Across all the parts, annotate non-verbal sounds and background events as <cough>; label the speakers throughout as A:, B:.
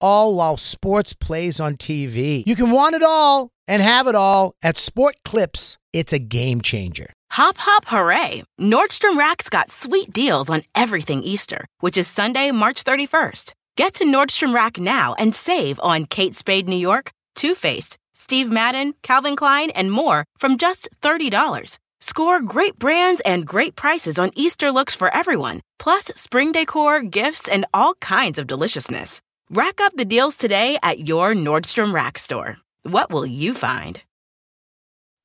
A: all while sports plays on TV. You can want it all and have it all at Sport Clips. It's a game changer.
B: Hop, hop, hooray! Nordstrom Rack's got sweet deals on everything Easter, which is Sunday, March 31st. Get to Nordstrom Rack now and save on Kate Spade New York, Too Faced, Steve Madden, Calvin Klein, and more from just $30. Score great brands and great prices on Easter looks for everyone, plus spring decor, gifts, and all kinds of deliciousness. Rack up the deals today at your Nordstrom Rack store. What will you find?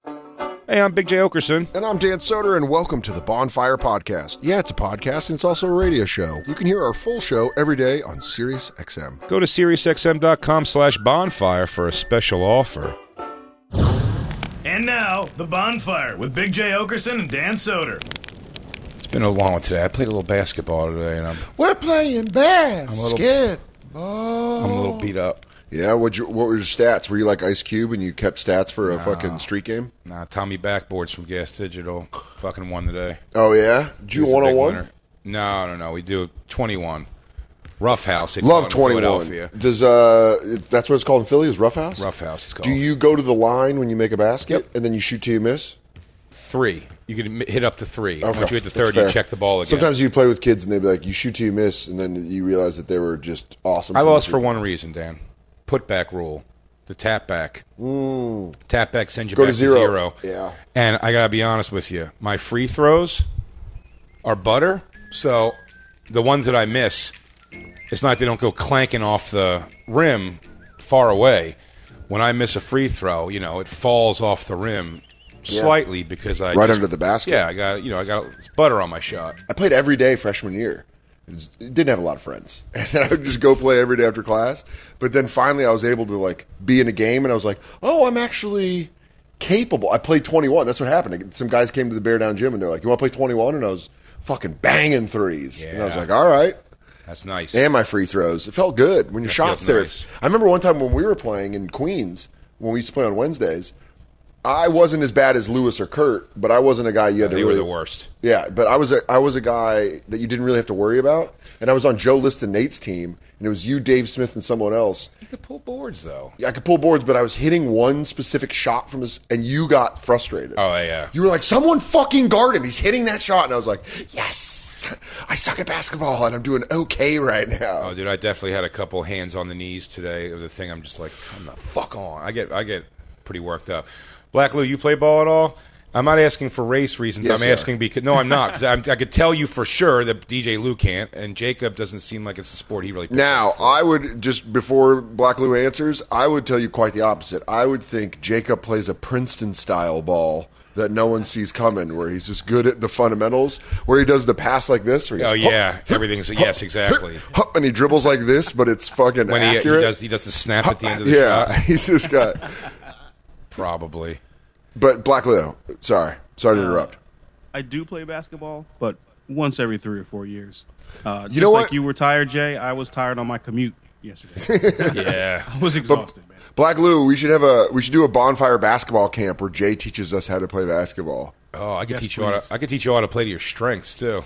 C: Hey, I'm Big J. Okerson.
D: And I'm Dan Soder, and welcome to the Bonfire Podcast. Yeah, it's a podcast, and it's also a radio show. You can hear our full show every day on Sirius XM.
C: Go to SiriusXM.com slash bonfire for a special offer.
E: And now, The Bonfire with Big J. Okerson and Dan Soder.
C: It's been a long one today. I played a little basketball today, and I'm,
F: We're playing basketball.
C: I'm a little beat up.
D: Yeah, what'd you, what were your stats? Were you like Ice Cube and you kept stats for a fucking street game?
C: Nah, Tommy Backboards from Gas Digital fucking won today.
D: Oh, yeah? Did you
C: He was a big
D: 101?
C: winner. No, no, no. We do 21. Rough House. they call it
D: Love
C: in
D: 21.
C: Philadelphia.
D: Does uh, that's what it's called in Philly? Is Rough House?
C: Rough House, it's called.
D: Do you go to the line when you make a basket and then you shoot till you miss?
C: Three. You can mi- hit up to three.
D: Okay,
C: Once you hit the
D: that's
C: third, you
D: fair.
C: check the ball again.
D: Sometimes you play with kids and they'd be like, you shoot till you miss, and then you realize that they were just awesome.
C: I
D: from
C: lost
D: the
C: for
D: free-
C: one reason, Dan. Put back rule. The tap back. Tap back sends you
D: Go
C: back
D: to zero. Yeah.
C: Yeah. And I gotta be honest with you, my free throws are butter. So the ones that I miss, it's not they don't go clanking off the rim far away. When I miss a free throw, you know, it falls off the rim slightly because I
D: Right
C: just-
D: under the basket.
C: Yeah, I got you know, I got butter on my shot.
D: I played every day freshman year. It's- Didn't have a lot of friends, <laughs> and then I would just go play every day after class. But then finally, I was able to like be in a game, and I was like, "Oh, I'm actually capable." I played 21. That's what happened. Some guys came to the Bear Down gym, and they're like, "You want to play 21?" And I was fucking banging threes, and I was
C: Yeah.
D: like, "All right."
C: That's nice.
D: and my free throws. It felt good when your
C: That
D: shots
C: feels
D: there.
C: nice.
D: I remember one time when we were playing in Queens, when we used to play on Wednesdays, I wasn't as bad as Lewis or Kurt, but I wasn't a guy you had to
C: they were
D: really,
C: the worst.
D: Yeah, but I was a I was a guy that you didn't really have to worry about, and I was on Joe List and Nate's team, and it was you, Dave Smith, and someone else.
C: You could pull boards though.
D: I could pull boards, but I was hitting one specific shot from his, and you got frustrated.
C: Oh, yeah.
D: You were like, "Someone fucking guard him! He's hitting that shot!" And I was like, "Yes, I suck at basketball, and I'm doing okay right now."
C: Oh, dude, I definitely had a couple hands on the knees today. It was a thing. I'm just like, come the fuck on. I get, I get pretty worked up. Black Lou, you play ball at all? I'm not asking for race reasons.
D: Yes,
C: I'm
D: you
C: asking because no, I'm not. 'cause I'm, I could tell you for sure that DJ Lou can't, and Jacob doesn't seem like it's a sport he really. picks
D: Now,
C: up for.
D: I would just before Black Lou answers, I would tell you quite the opposite. I would think Jacob plays a Princeton style ball that no one sees coming, where he's just good at the fundamentals, where he does the pass like this. Where he
C: Oh
D: goes, "Hup,
C: yeah, everything's yes, exactly.
D: hup," and he dribbles like this, but it's fucking
C: When he, he
D: accurate.
C: does, he does the snap at the end of the
D: yeah,
C: shot.
D: <laughs> he's just got.
C: Probably.
D: But Black Lou, sorry, sorry to interrupt.
G: I do play basketball, but once every three or four years. Uh, just
D: know
G: like
D: what?
G: you were tired, Jay. I was tired on my commute yesterday.
C: <laughs>
D: <laughs>
C: Yeah.
G: I was exhausted, man.
D: Black Lou, we should have a we should do a bonfire basketball camp where Jay teaches us how to play basketball.
C: Oh, I could
G: Yes,
C: teach you how
G: please.
C: to. I could teach you how to play to your strengths too.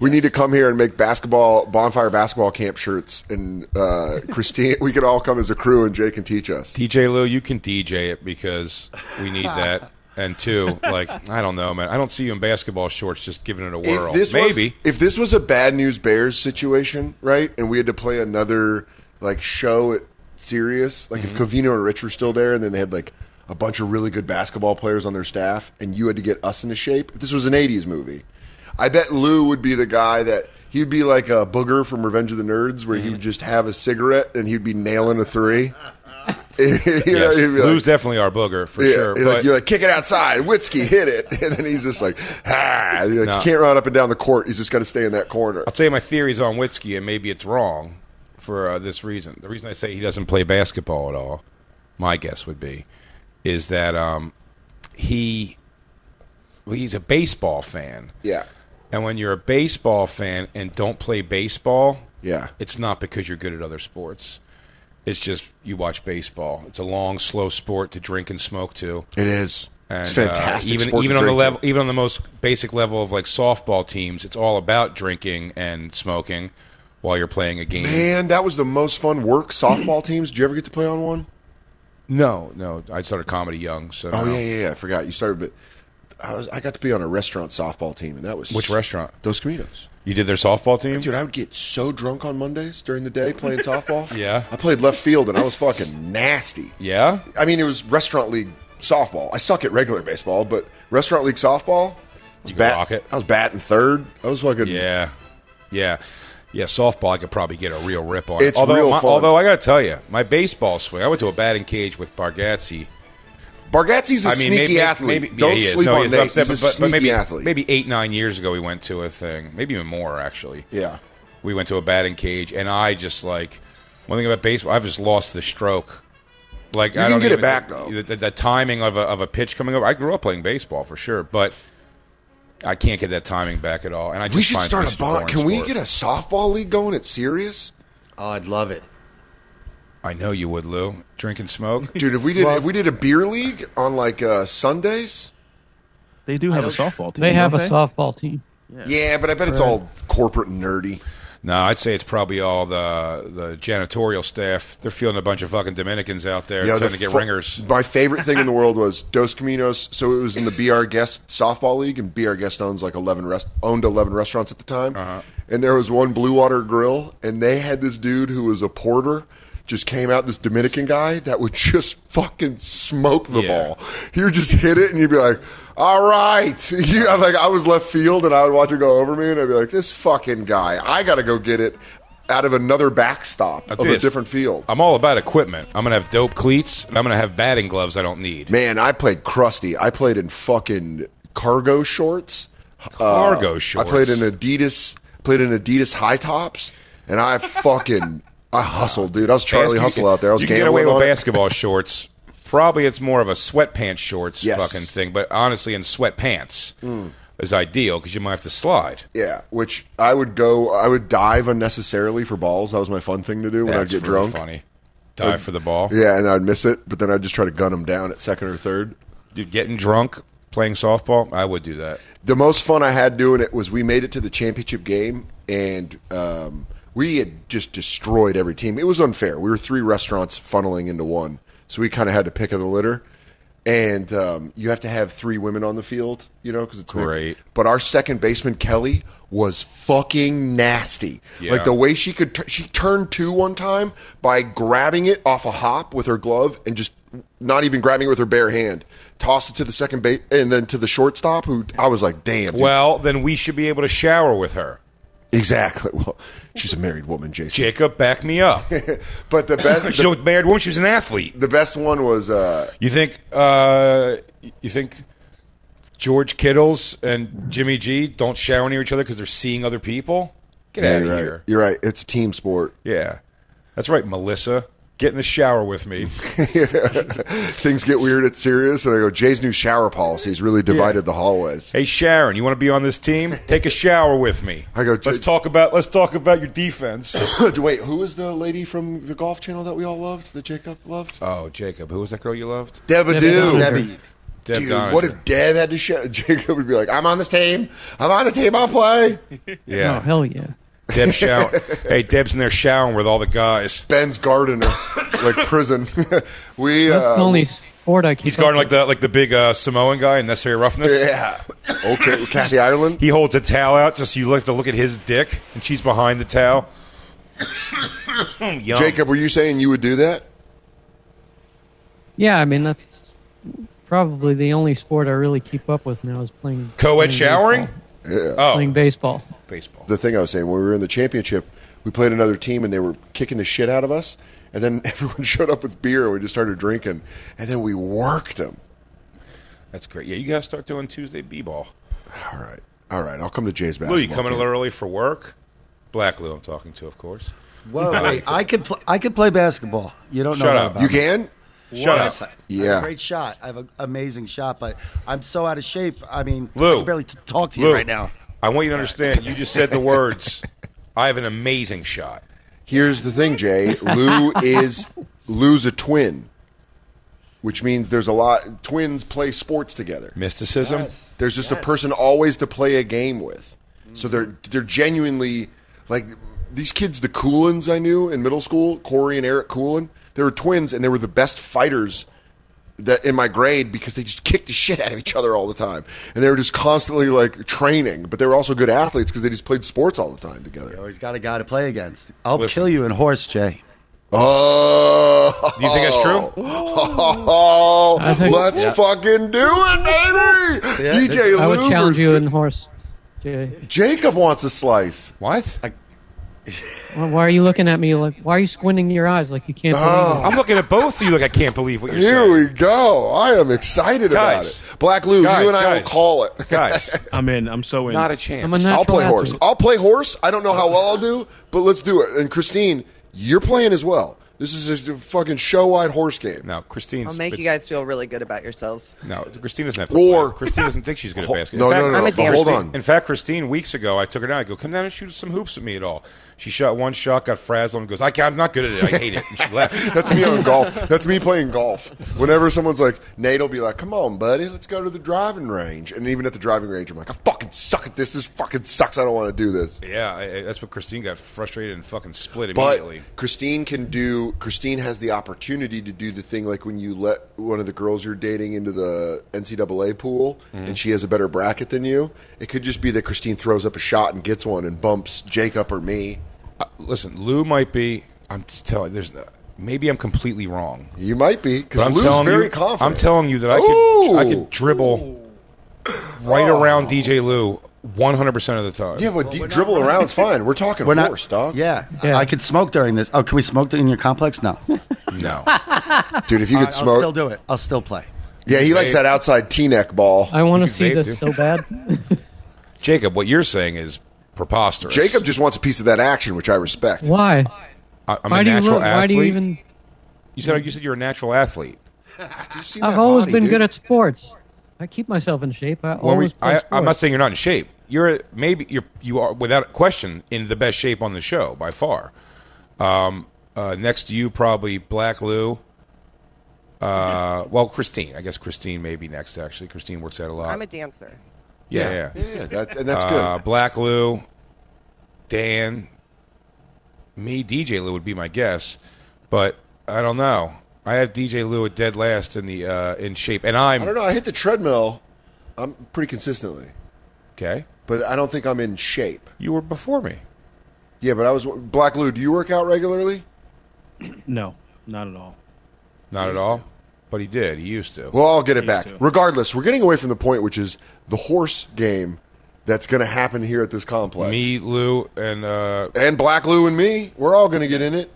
D: We need to come here and make basketball bonfire basketball camp shirts, and uh, <laughs> Christine. we can all come as a crew, and Jay can teach us.
C: DJ Lou, you can DJ it because we
D: <laughs>
C: need that. And two, like I don't know, man. I don't see you in basketball shorts just giving it a whirl. Maybe
D: was, if this was a bad news Bears situation, right, and we had to play another like show at Sirius, like
C: Mm-hmm.
D: if Covino and Rich were still there, and then they had like a bunch of really good basketball players on their staff, and you had to get us into shape. If this was an '80s movie, I bet Lou would be the guy that. He'd be like a booger from Revenge of the Nerds, where
C: Mm-hmm.
D: he would just have a cigarette and he'd be nailing a three. <laughs> You know,
C: yes.
D: he'd be like-
C: Lou's definitely our booger for
D: yeah,
C: sure.
D: you're
C: but-
D: like, you're like, kick it outside. Witzke hit it. <laughs> And then he's just like, ah. You're like,
C: No.
D: You can't run up and down the court. He's just got to stay in that corner.
C: I'll tell you my theories on Witzke, and maybe it's wrong. for uh, this reason. The reason I say he doesn't play basketball at all, my guess would be, is that um, he well, he's a baseball fan.
D: Yeah.
C: And when you're a baseball fan and don't play baseball,
D: Yeah.
C: it's not because you're good at other sports. It's just you watch baseball. It's a long, slow sport to drink and smoke to.
D: It is.
C: And,
D: it's
C: uh,
D: fantastic.
C: even
D: sport to
C: even on the
D: drink
C: level,
D: to.
C: even on the most basic level of like softball teams, it's all about drinking and smoking while you're playing a game.
D: Man, that was the most fun work <clears throat> softball teams. Did you ever get to play on one?
C: No, no, I started comedy young. So
D: Oh
C: no.
D: yeah, yeah, yeah. I forgot you started, but I was I got to be on a restaurant softball team, and that was
C: Which restaurant?
D: Those Caminos.
C: you did their softball team.
D: Dude, I would get so drunk on Mondays during the day <laughs> playing softball.
C: Yeah.
D: I played left field, and I was fucking nasty.
C: yeah,
D: I mean, it was restaurant league softball. I suck at regular baseball, but restaurant league softball. I was
C: could rock it.
D: I was batting third. I was fucking
C: yeah, yeah, yeah. Softball, I could probably get a real rip on.
D: It's
C: although,
D: real
C: my-
D: fun.
C: although I got to tell you, my baseball swing. I went to a batting cage with Bargatze.
D: Bargatze's
C: I
D: a
C: mean,
D: sneaky
C: maybe,
D: athlete.
C: Maybe, yeah,
D: Don't
C: he is.
D: sleep
C: No, he
D: on
C: is.
D: Nate.
C: I'm saying,
D: He's a
C: but- but-
D: sneaky
C: but maybe,
D: athlete.
C: Maybe eight, nine years ago, we went to a thing. Maybe even more, actually.
D: Yeah.
C: we went to a batting cage, and I just like one thing about baseball. I've just lost the stroke. Like I
D: can
C: don't
D: get it
C: even-
D: back, though.
C: The, the, the timing of a of a pitch coming over. I grew up playing baseball for sure, but I can't get that timing back at all. And I just
D: We should
C: find
D: start
C: this
D: a
C: is boring
D: bond. Can we
C: sport.
D: get a softball league going?
C: <laughs>
D: It's serious,
F: Oh, I'd love it.
C: I know you would, Lou. Drink and smoke.
D: dude. If we did, if we did a beer league on like uh, Sundays,
G: They do have a softball team.
H: They have
G: don't
H: a softball team.
D: yeah. But I bet it's all corporate and nerdy.
C: no, I'd say it's probably all the the janitorial staff. They're feeling a bunch of fucking Dominicans out there
D: Yeah,
C: trying
D: the
C: to get
D: fu-
C: ringers.
D: My favorite thing in the world was Dos Caminos. So it was in the BR Guest softball league, and BR Guest owns like eleven rest- owned eleven restaurants at the time.
C: Uh-huh.
D: And there was one Blue Water Grill, and they had this dude who was a porter. Just came out this Dominican guy that would just fucking smoke the
C: Yeah.
D: ball. He would just hit it, and you'd be like, "All right." <laughs> You, I'm like I was left field, and I would watch it go over me, and I'd be like, "This fucking guy, I got to go get it out of another backstop
C: That's
D: of
C: it.
D: a different field."
C: I'm all about equipment. I'm gonna have dope cleats, and I'm gonna have batting gloves I don't need.
D: Man, I played crusty. I played in fucking cargo shorts. Uh,
C: Cargo shorts.
D: I played in Adidas. Played in Adidas high tops, and I fucking I hustled, dude. I was Charlie
C: Bas-
D: Hustle
C: you can-
D: out there. I was
C: you can
D: gambling
C: get away with
D: on it. <laughs>
C: basketball shorts. Probably it's more of a sweatpants shorts
D: Yes. Hmm.
C: fucking thing, but honestly, in sweatpants is ideal because you might have to slide.
D: Yeah, which I would go. I would dive unnecessarily for balls. That was my fun thing to do when
C: That's
D: I'd get
C: really
D: drunk.
C: funny. Dive for the ball.
D: Yeah, and I'd miss it, but then I'd just try to gun them down at second or third.
C: Dude, getting drunk, playing softball, I would do that.
D: the most fun I had doing it was we made it to the championship game and um, we had just destroyed every team. It was unfair. We were three restaurants funneling into one, so we kind of had to pick of the litter. And um, you have to have three women on the field, you know, because it's mixed.
C: Great.
D: But our second baseman Kelly was fucking nasty.
C: Yeah.
D: Like the way she could, tu- she turned two one time by grabbing it off a hop with her glove and just not even grabbing it with her bare hand, tossed it to the second base and then to the shortstop. Who I was like, damn. dude.
C: Well, then we should be able to shower with her.
D: exactly. <laughs> Well, she's a married woman, Jason.
C: Jacob, back me
D: <laughs>
C: up. <laughs>
D: But the best,
C: She's a
D: the,
C: married woman. She was an athlete.
D: the best one was uh,
C: You think? Uh, you think George Kittle's and Jimmy G don't shower near each other because they're seeing other people? Get
D: yeah,
C: out of
D: you're right.
C: here.
D: You're right. It's a team sport. <laughs>
C: Yeah. That's right, Melissa. Get in the shower with
D: <laughs>
C: me.
D: Things get weird. It's serious, and I go. Jay's new shower policy has really divided the hallways. <laughs>
C: hey Sharon, you want to be on this team? Take a shower with me.
D: I go,
C: Let's
D: "Dude."
C: talk about let's talk about your defense.
D: Wait, who was the lady from the golf channel that we all loved? That Jacob loved?
C: oh, Jacob, who was that girl you loved?
D: Deb
H: Debbie
D: Adu.
H: Downer.
F: Debbie.
C: Deb
D: Dude,
C: Donager.
D: what if Deb had to show? <laughs> Jacob would be like, "I'm on this team. I'm on the team. I'll play."
H: Oh,
C: Yeah.
H: hell yeah.
C: Deb
H: <laughs>
C: shower. hey, Deb's in there showering with all the guys.
D: Ben's gardener,
C: <laughs>
D: like prison. <laughs> we
H: That's the
D: uh,
H: only sport I can
C: He's guarding like the like the big uh, Samoan guy in necessary roughness.
H: <laughs>
D: yeah. Okay, Kathy Ireland.
C: He holds a towel out just so you like to look at his dick and she's behind the towel. Yum.
D: Jacob, were you saying you would do that?
H: Yeah, I mean that's probably the only sport I really keep up with now is playing
C: Co-ed
H: playing
C: showering?
H: baseball.
C: Oh,
H: Playing baseball.
C: baseball.
D: The thing I was saying when we were in the championship, we played another team and they were kicking the shit out of us, and then <laughs> everyone showed up with beer and we just started drinking, and then we worked them.
C: That's great. Yeah, you gotta start doing Tuesday b ball.
D: All right, all right. I'll come to Jay's basketball.
C: Lou, you coming a
D: game.
C: little early for work? Black Lou, I'm talking to, of course.
F: Whoa, wait, I could pl- I could play basketball. You don't know
C: Shut
F: that
C: up.
F: about
D: You
F: me.
D: can?
C: Shut
F: Yes,
C: up.
F: I- I have
D: Yeah.
F: a great shot. I have an amazing shot, but I'm so out of shape. I mean, I
C: Lou.
F: can barely t- talk to you
C: Lou,
F: right now.
C: I want you to understand. You just said the words. I have an amazing shot.
D: Here's the thing, Jay. Lou is Lou's a twin, which means there's a lot. Twins play sports together.
C: Mysticism.
D: There's just a person always to play a game with. So they're they're genuinely like these kids, the Coolins I knew in middle school, Corey and Eric Coolin. They were twins, and they were the best fighters that in my grade because they just kicked the shit out of each other all the time, and they were just constantly like training. But they were also good athletes because they just played sports all the time
F: You
D: together.
F: always got a guy to play against. I'll
C: Listen.
F: kill you in horse, Jay.
D: Oh,
C: Do you think that's true?
D: Oh,
H: I think-
D: let's
H: Yeah.
D: fucking do it, baby!
F: Yeah,
D: DJ
F: this-
H: I would
D: Lou
H: challenge you
D: versus-
H: in horse. Jay.
D: Jacob wants a slice.
C: What?
H: Why why are you looking at me like? Why are you squinting your eyes like you can't believe it?
C: I'm looking at both of you like I can't believe what you're
D: Here
C: saying.
D: we go. I am excited
C: Guys.
D: about it. Black Lou,
C: Guys,
D: you and I
C: guys.
D: will call it.
C: Guys,
G: I'm in. I'm so in.
C: not a chance.
H: I'm
D: <laughs>
H: a
D: I'll
H: natural
D: play
H: athlete.
D: horse. I'll play horse. I don't know how well I'll do, but let's do it. And Christine, you're playing as well. This is a fucking show wide horse game.
C: no, Christine's.
I: I'll make you guys feel really good about yourselves.
C: No, Christine doesn't have to.
D: Or-
C: play. Christine doesn't think she's going to
D: <laughs> Ho-
C: basket.
D: no, no,
I: I'm
D: no,
I: a
D: no. But
I: dancer.
D: hold
C: Christine-
D: on.
C: In fact, Christine, weeks ago, I took her down. I go, come down and shoot some hoops with me at all. She shot one shot, got frazzled, and goes, I can't, I'm not good at it. I hate it. And she left.
D: <laughs> That's me on golf. That's me playing golf. Whenever someone's like, Nate will be like, come on, buddy, let's go to the driving range. And even at the driving range, I'm like, I fucking suck at this. This fucking sucks. I don't want to do this.
C: <laughs> Yeah, I, I- that's what Christine got frustrated and fucking split
D: But
C: immediately.
D: Christine can do. Christine has the opportunity to do the thing like when you let one of the girls you're dating into the NCAA pool,
C: Mm-hmm.
D: and she has a better bracket than you. It could just be that Christine throws up a shot and gets one and bumps Jacob or me.
C: Uh, Listen, Lou might be. I'm just telling. There's uh, maybe I'm completely wrong.
D: You might be
C: But
D: because
C: I'm
D: Lou's
C: telling
D: very
C: you,
D: confident.
C: I'm telling you that I could. I
D: Ooh. Oh.
C: could dribble right around DJ Lou 100 percent of the time.
D: Yeah, but d- dribble around's fine.
F: <laughs>
D: We're talking
F: We're not.
D: horse, dog.
F: Yeah, I-
H: Yeah.
F: I could smoke during this. Oh, can we smoke in your complex? No,
D: No, <laughs> dude, if you could
F: I'll
D: smoke,
F: still do it. I'll still play.
D: yeah, he likes that outside T neck ball.
H: I want
C: You
H: to
C: can
H: see
C: vape,
H: this
C: dude.
H: so bad.
C: <laughs> Jacob, what you're saying is preposterous.
D: Jacob just wants a piece of that action, which I respect.
H: Why?
C: I, I'm
H: Why
C: a
H: do you
C: natural
H: look?
C: athlete.
H: Why do you even?
C: You said you said you're a natural athlete.
D: You've seen
H: I've
D: that
H: always
D: body,
H: been
D: dude.
H: good at sports. I keep myself in shape. I
C: Well,
H: always
C: we-
H: play
C: I,
H: sports.
C: I'm not saying you're not in shape. You're a- maybe you're you are without question in the best shape on the show by far. Um, uh, next to you, probably Black Lou. Uh, well, Christine. I guess Christine may be next. Actually, Christine works out a lot.
I: I'm a dancer.
C: yeah, yeah.
D: yeah, yeah, that, and that's good.
C: Uh, Black Lou, Dan, me, DJ Lou would be my guess, but I don't know. I have DJ Lou at dead last in the uh, in shape, and I'm
D: I don't know. I hit the treadmill. I'm pretty consistently,
C: okay.
D: but I don't think I'm in shape.
C: You were before me.
D: Yeah, but I was Black Lou. Do you work out regularly?
G: No, not at all.
C: Not at all. But he did. He used to.
D: Well, I'll get it back.
G: to.
D: Regardless, we're getting away from the point, which is the horse game that's going to happen here at this complex.
C: me, Lou, and uh,
D: and Black Lou and me, we're all going to get in it,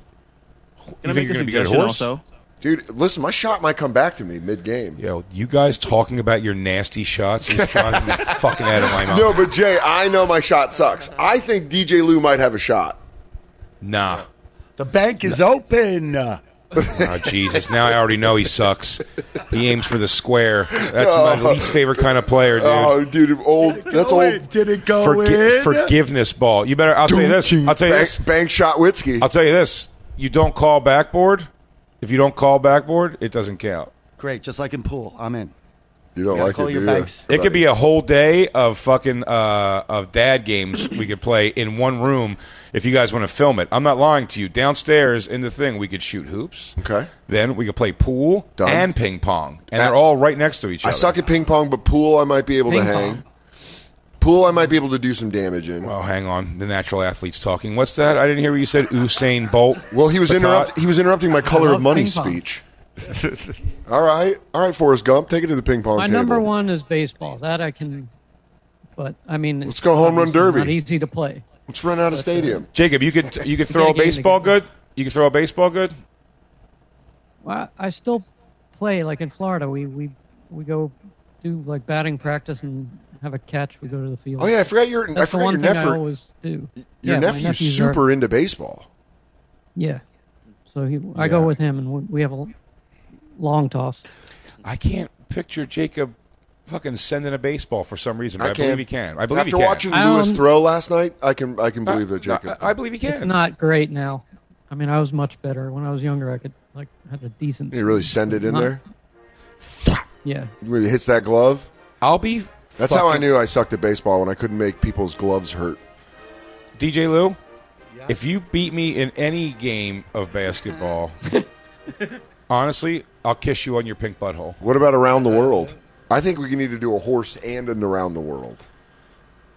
G: Can
C: You
G: I
C: think
G: make
C: you're
G: a
C: gonna be good at
G: suggestion
C: horse?
G: Also?
D: dude. Listen, my shot might come back to me mid-game.
C: yo, you guys talking about your nasty shots is driving
D: <laughs>
C: me fucking out of my mind.
D: No, but Jay, I know my shot sucks. I think DJ Lou might have a shot.
C: nah.
F: The bank is open.
C: Oh Jesus! Now I already know he sucks. He aims for the square. That's my least favorite kind of player, dude.
D: Oh, dude, old. That's old.
F: Did it go
C: Forgi-
F: in?
C: forgiveness ball. You better. I'll tell you this. I'll tell you
D: Bank,
C: this.
D: bank shot Whiskey.
C: I'll tell you this. You don't call backboard. If you don't call backboard, it doesn't count.
F: Great, just like in pool. I'm in.
D: You don't
F: Gotta
D: like
F: call
D: it,
F: your
D: do you?
F: banks.
C: It could be a whole day of fucking uh, of dad games we could play in one room if you guys want to film it. I'm not lying to you. Downstairs in the thing, we could shoot hoops.
D: Okay.
C: Then we could play pool
D: Done.
C: and ping pong, and
D: That-
C: they're all right next to each
D: I
C: other.
D: suck at ping pong, but pool I might be able to
H: Ping
D: hang.
H: pong.
D: Pool I might be able to do some damage in. Well,
C: Oh, hang on. The natural athlete's talking. What's that? I didn't hear what you said. Usain Bolt.
D: he was
C: Patat.
D: interrupt. He was interrupting my color of
H: love
D: money
H: ping pong.
C: <laughs>
D: speech. all right, all right, Forrest Gump, take it to the ping pong
H: My
D: table.
H: number one is baseball. That I can. But I mean,
D: Let's
H: it's
D: go home run
H: obviously
D: derby.
H: Not easy to play.
D: Let's run out of stadium.
C: Jacob, you
H: <laughs>
C: could you could throw
H: gotta
C: a
H: get in the
C: baseball
H: game.
C: good. You could throw a baseball good.
H: Well, I I still play like in Florida. We we we go do like batting practice and have a catch. We go to the field.
D: Oh yeah, I forgot your.
H: that's
D: I
H: the
D: forgot
H: one
D: your
H: thing I
D: nephew.
H: always do.
D: your
H: yeah, my
D: nephew's
H: nephews are-
D: super into baseball.
H: Yeah. So he, I go
C: Yeah.
H: with him, and we, we have a long toss.
C: I can't picture Jacob fucking sending a baseball for some reason. But I, believe he can. I believe
D: After
C: he can.
D: watching
H: I
D: Lewis
H: don't-
D: throw last night, I can I can believe that
C: No,
D: Jacob.
C: I, I believe he can.
H: It's not great now. I mean, I was much better when I was younger. I could like had a decent.
D: He really send it in
H: Not-
D: there.
H: Yeah.
D: When he hits that glove.
C: I'll be.
D: That's how I knew I sucked at baseball when I couldn't make people's gloves hurt.
C: DJ Lou, if you beat me in any game of
H: <laughs>
C: basketball, honestly, I'll kiss you on your pink butthole.
D: What about around the world? I think we need to do a horse and an around the world.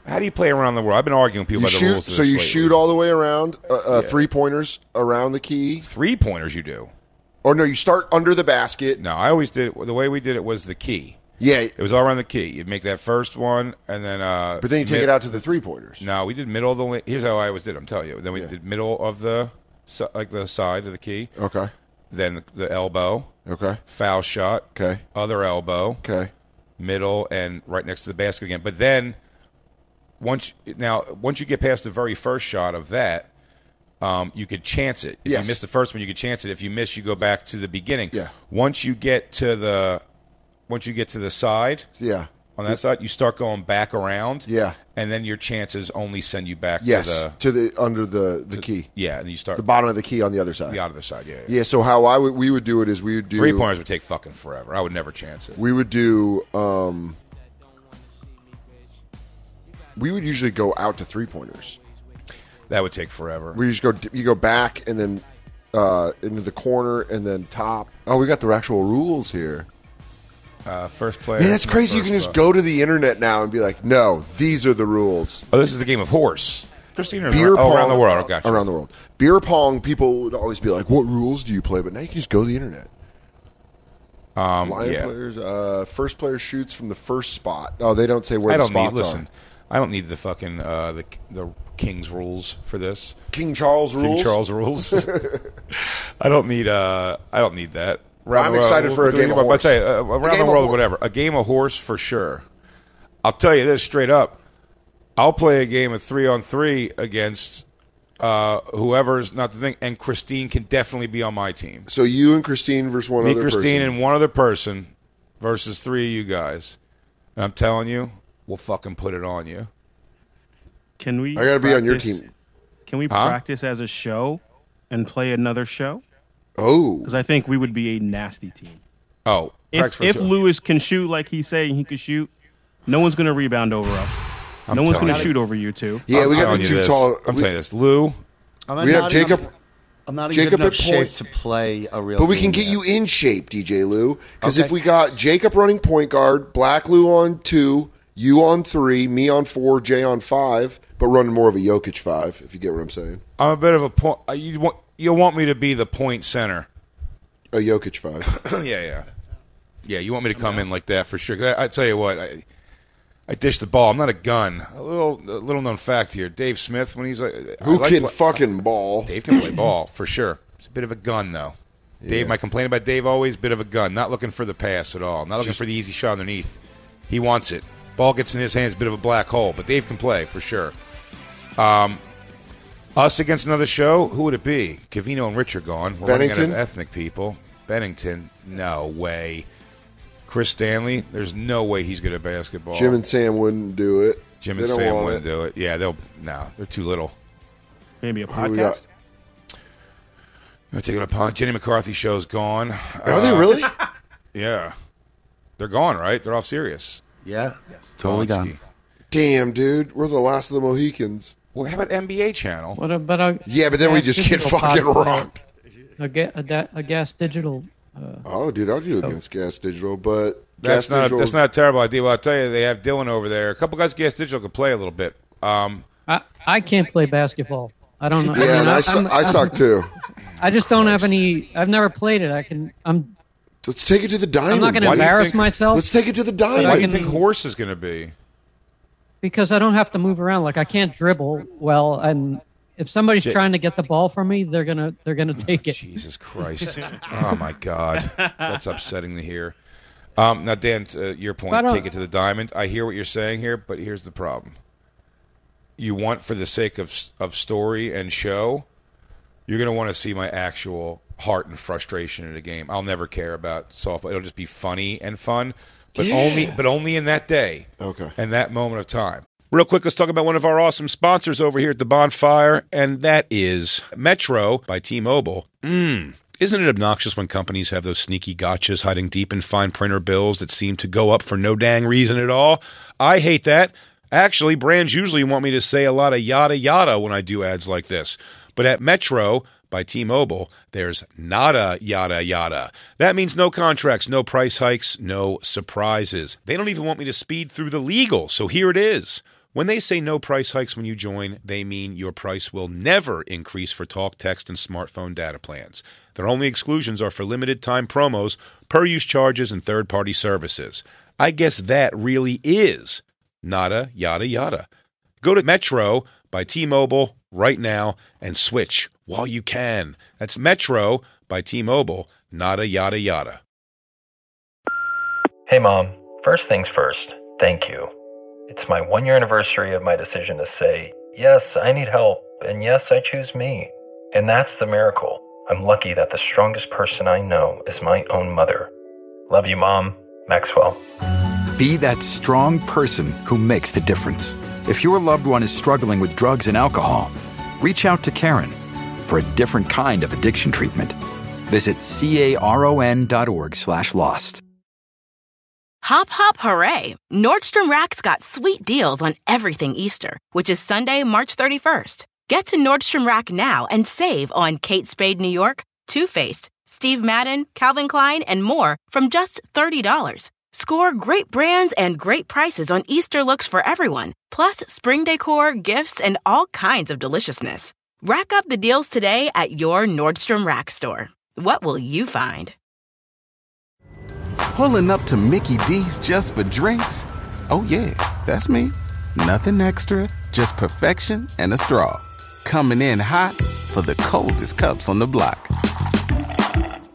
C: How do you play around the world? I've been arguing with people
D: You
C: about the
D: shoot,
C: rules. of
D: so
C: this
D: you
C: lately.
D: shoot all the way around uh, uh, three pointers around the key,
C: three pointers. You do.
D: or no, you start under the basket.
C: No, I always did it. The way we did it was the key.
D: Yeah,
C: It was all around the key. You'd make that first one, and then. Uh,
D: but then you take
C: mid-
D: it out to the three pointers.
C: No, we did middle of the. Lane. Here's how I always did. it, I'm telling you. Then we
D: Yeah.
C: did middle of the, si- like the side of the key.
D: Okay,
C: Then the, the elbow,
D: okay,
C: foul shot.
D: Okay.
C: Other elbow,
D: okay.
C: middle, and right next to the basket again. But then, once now, once you get past the very first shot of that. Um, you could chance it. If
D: Yes.
C: you miss the first one, you could chance it. If you miss, you go back to the beginning.
D: Yeah.
C: Once you get to the, once you get to the side,
D: Yeah,
C: on that side, you start going back around.
D: Yeah.
C: And then your chances only send you back
D: yes,
C: to the
D: to the, under the the key,
C: yeah, and you start
D: the
C: the,
D: bottom of the key on the other side.
C: out of the side. Yeah, yeah.
D: Yeah. So how I would we would do it is we would do
C: Three pointers would take fucking forever. I would never chance it.
D: we would do um we would usually go out to three pointers
C: That would take forever.
D: we just go you go back and then uh into the corner and then top oh we got the actual rules here
C: uh, first player.
D: man that's crazy you can just go to the internet now and be like no these are the rules
C: Oh, this is a game of horse. Christina
D: beer
C: around,
D: pong
C: oh, around the world. Oh, gotcha.
D: around the world beer pong people would always be like what rules do you play but now you can just go to the internet
C: um,
D: Line
C: yeah.
D: players uh first player shoots from the first spot oh they don't say where
C: I
D: the
C: don't need.
D: spots
C: Listen,
D: are
C: I don't need the fucking uh, the the king's rules for this.
D: king charles rules
C: King Charles
D: <laughs>
C: rules. <laughs> I don't need. Uh, I don't need that.
D: I'm excited for a game of
C: I'll
D: horse.
C: tell you, uh,
D: A
C: around
D: game
C: the
D: of
C: world,
D: horse.
C: whatever. A game of horse for sure. I'll tell you this straight up. I'll play a game of three on three against uh, whoever's not the thing, and Christine can definitely be on my team.
D: So you and Christine versus one
C: Me,
D: other
C: Christine,
D: person.
C: and one other person versus three of you guys. And I'm telling you, we'll fucking put it on you.
G: Can we?
D: I gotta be on your
G: practice-
D: team.
G: Can we
C: Huh?
G: practice as a show and play another show?
D: oh,
G: Because I think we would be a nasty team.
C: Oh, practice
G: If,
C: for
G: if
C: sure.
G: Lewis can shoot like he's saying he could shoot, no one's gonna rebound over us. no one's
C: telling
G: gonna
C: you.
G: shoot over you two.
D: yeah,
C: I'm
D: we got
C: telling
D: the
C: you
D: two
C: this.
D: tall.
C: I'm
D: we,
C: saying this, Lou.
F: I'm
D: we have
F: not even-
D: Jacob-
F: I'm not in
D: Jacob
F: good enough
D: at
F: shape
D: point.
F: to play a real.
D: but we
F: game
D: can get
F: yet.
D: you in shape, DJ Lou. Because if
F: Okay.
D: we got Jacob running point guard, Black Lou on two, you on three, me on four, Jay on five, but running more of a Jokic five, if you get what I'm saying.
C: I'm a bit of a point. uh, You want you want me to be the point center?
D: A
C: <laughs>
D: Jokic five.
C: <clears throat> yeah, yeah, yeah. You want me to come in like that for sure? 'Cause I, I tell you what, I I dish the ball. I'm not a gun. A little a little known fact here. Dave Smith, when he's like,
D: Who
C: I like
D: can
C: pla-
D: fucking ball?
C: Dave can play ball for sure. It's a bit of a gun though. Dave, my complaint about Dave always bit of a gun. Not looking for the pass at all. Not looking for the easy shot underneath. He wants it. Ball gets in his hands, bit of a black hole. But Dave can play for sure. Um, us against another show. Who would it be? Cavino and Rich are gone. We're running out of
D: Bennington?
C: ethnic people. Bennington, no way. Chris Stanley, there's no way he's good at basketball.
D: Jim and Sam wouldn't do it.
C: Jim
D: They
C: and
D: don't
C: Sam
D: want
C: wouldn't
D: it.
C: do it. Yeah, they'll no. They're too little.
G: Maybe a
D: Who we got?
G: podcast.
C: I'm taking a punt. Jenny McCarthy show's gone.
D: Are
C: Uh,
D: they
C: <laughs>
D: really?
C: Yeah. They're gone, right? They're off serious.
D: e-
F: Yeah.
J: Totally
C: Polanski.
J: gone.
D: Damn, dude, we're the last of the Mohicans.
C: Well, how about NBA channel?
H: What about a
D: Yeah, but then we
C: <laughs>
H: Gas
D: just get
H: Digital
D: fucking
H: podcast?
D: rocked.
H: A, ga- a, da- a gas digital. Uh,
D: Oh, dude, I'll do against Gas Digital, but
C: That's
D: Gas
C: not
D: Digital
C: that's not a terrible idea. Well, I'll tell you, they have Dylan over there. A couple guys at Gas Digital could play a little bit. Um,
H: I I can't play basketball. I don't know.
D: Yeah,
H: mean,
D: and I,
H: I'm-
D: su-
H: I'm-
D: I
H: <laughs>
D: suck too.
H: I just don't have any. I've never played it. I can. I'm.
D: Let's take it to the diamond.
H: I'm not going to
C: Why do you
H: embarrass
C: think-
H: myself
D: Let's take it to the diamond.
H: But
C: what
H: I
C: do you
H: can-
C: think Horse is going to be?
H: because I don't have to move around. Like I can't dribble well, and if somebody's trying to get the ball from me, they're gonna they're gonna
C: Oh,
H: take it.
C: Jesus Christ! oh my God, that's upsetting to hear. Um, now, Dan, uh, your
H: I
C: point.
H: don't-
C: Take it to the diamond. I hear what you're saying here, but here's the problem. You want, for the sake of of story and show, You're going to want to see my actual heart and frustration in a game. I'll never care about softball. It'll just be funny and fun, but only but only in that day.
D: Okay.
C: And that moment of time. Real quick, let's talk about one of our awesome sponsors over here at the bonfire, and that is Metro by T Mobile. Mmm. Isn't it obnoxious when companies have those sneaky gotchas hiding deep in fine printer bills that seem to go up for no dang reason at all? I hate that. Actually, brands usually want me to say a lot of yada yada when I do ads like this. But at Metro by T Mobile, there's nada yada yada. That means no contracts, no price hikes, no surprises. They don't even want me to speed through the legal, so here it is. When they say no price hikes when you join, they mean your price will never increase for talk, text, and smartphone data plans. Their only exclusions are for limited time promos, per use charges, and third party services. I guess that really is nada yada yada. Go to Metro by T Mobile right now and switch while you can. That's Metro by T Mobile, nada yada yada.
J: Hey, Mom. First things first, thank you. It's my one year anniversary of my decision to say, yes, I need help, and yes, I choose me. And that's the miracle. I'm lucky that the strongest person I know is my own mother. Love you, Mom. Maxwell.
K: Be that strong person who makes the difference. If your loved one is struggling with drugs and alcohol, reach out to Karen for a different kind of addiction treatment. Visit caron.org slash lost.
B: Hop, hop, hooray! Nordstrom Rack's got sweet deals on everything Easter, which is Sunday, March 31st. Get to Nordstrom Rack now and save on Kate Spade New York, Too Faced, Steve Madden, Calvin Klein, and more from just $30. Score great brands and great prices on Easter looks for everyone, plus spring decor, gifts, and all kinds of deliciousness. Rack up the deals today at your Nordstrom Rack store. What will you find?
L: Pulling up to Mickey D's just for drinks? Oh, yeah, that's me. Nothing extra, just perfection and a straw. Coming in hot for the coldest cups on the block.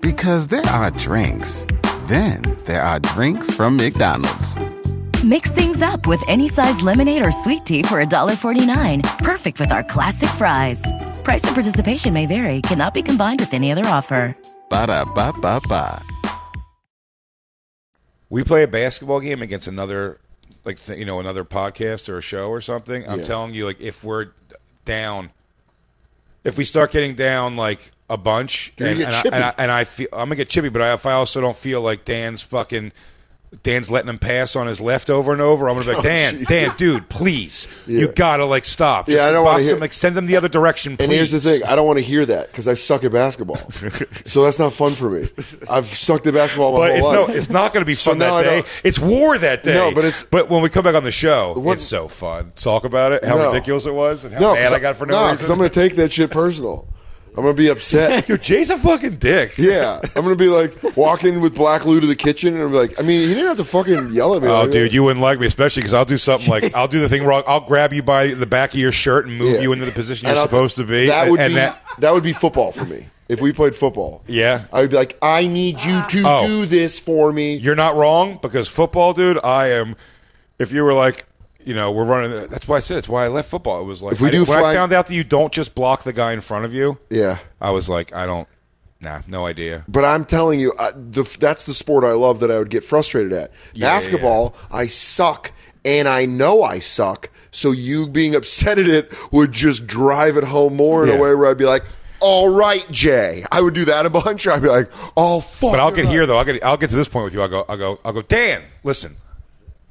L: Because there are drinks, then there are drinks from McDonald's.
M: Mix things up with any size lemonade or sweet tea for $1.49. Perfect with our classic fries. Price and participation may vary, cannot be combined with any other offer.
L: Ba da ba ba ba.
C: we play a basketball game against another like th- you know another podcast or a show or something i'm
D: Yeah.
C: telling you like if we're down if we start getting down like a bunch
D: You're
C: and,
D: gonna
C: and, I,
D: get
C: and, I, and I feel i'm gonna get chippy but I, if i also don't feel like dan's fucking dan's letting him pass on his left over and over i'm
D: <laughs>
C: gonna be like
D: Oh,
C: dan
D: Jesus.
C: dan dude please
D: Yeah.
C: you gotta like stop
D: Yeah,
C: Just
D: I don't wanna
C: box
D: hear-
C: him like send him the other direction please.
D: And here's the thing: I don't want to hear that because I suck at basketball,
H: <laughs>
D: so that's not fun for me. I've sucked at basketball my
C: but
D: whole
C: it's
D: life.
C: no, it's not going to be
D: So
C: fun
D: now I
C: that day.
D: don't-
C: It's war that day.
D: No, but it's-
C: but when we come back on the show,
D: What-
C: it's so fun. Talk about it, how
D: No.
C: ridiculous it was, and how
D: no, 'cause
C: mad I got for no,
D: no, 'cause
C: reason.
D: I'm going to take that shit personal. I'm going to be
H: <laughs>
D: upset.
C: Yo, Jay's a fucking dick.
D: Yeah, I'm gonna be like walking with Black Lou to the kitchen, and I'm like, I mean, he didn't have to fucking yell at me.
C: Oh,
D: like
C: dude,
D: that.
C: you wouldn't like me, especially because I'll do something
D: <laughs>
C: like I'll do the thing wrong. I'll grab you by the back of your shirt and move
D: Yeah.
C: you into the position
D: And
C: you're
D: I'll-
C: supposed to be.
D: That
C: and-
D: would
C: and
D: be that, would be football for me if we played football.
C: Yeah.
D: I would be like, I need you to
C: Oh.
D: do this for me.
C: You're not wrong because football, dude. I am. If you were like, you know, we're running. That's why I said it's why I left football. It was like
D: If we
C: I
D: do
C: didn't- when I
D: flag-
C: found out that you don't just block the guy in front of you.
D: Yeah,
C: I was like, I don't. Nah, no idea.
D: but I'm telling you, I, the, that's the sport I love that I would get frustrated at.
C: Yeah,
D: Basketball, I suck, and I know I suck. So you being upset at it would just drive it home more in
C: Yeah.
D: a way where I'd be like. All right, Jay. I would do that a bunch. I'd be like, "Oh fuck!"
C: But I'll get
D: you're
C: here though. I'll get. I'll get to this point with you. I'll go. I'll go. I'll go. Dan, listen.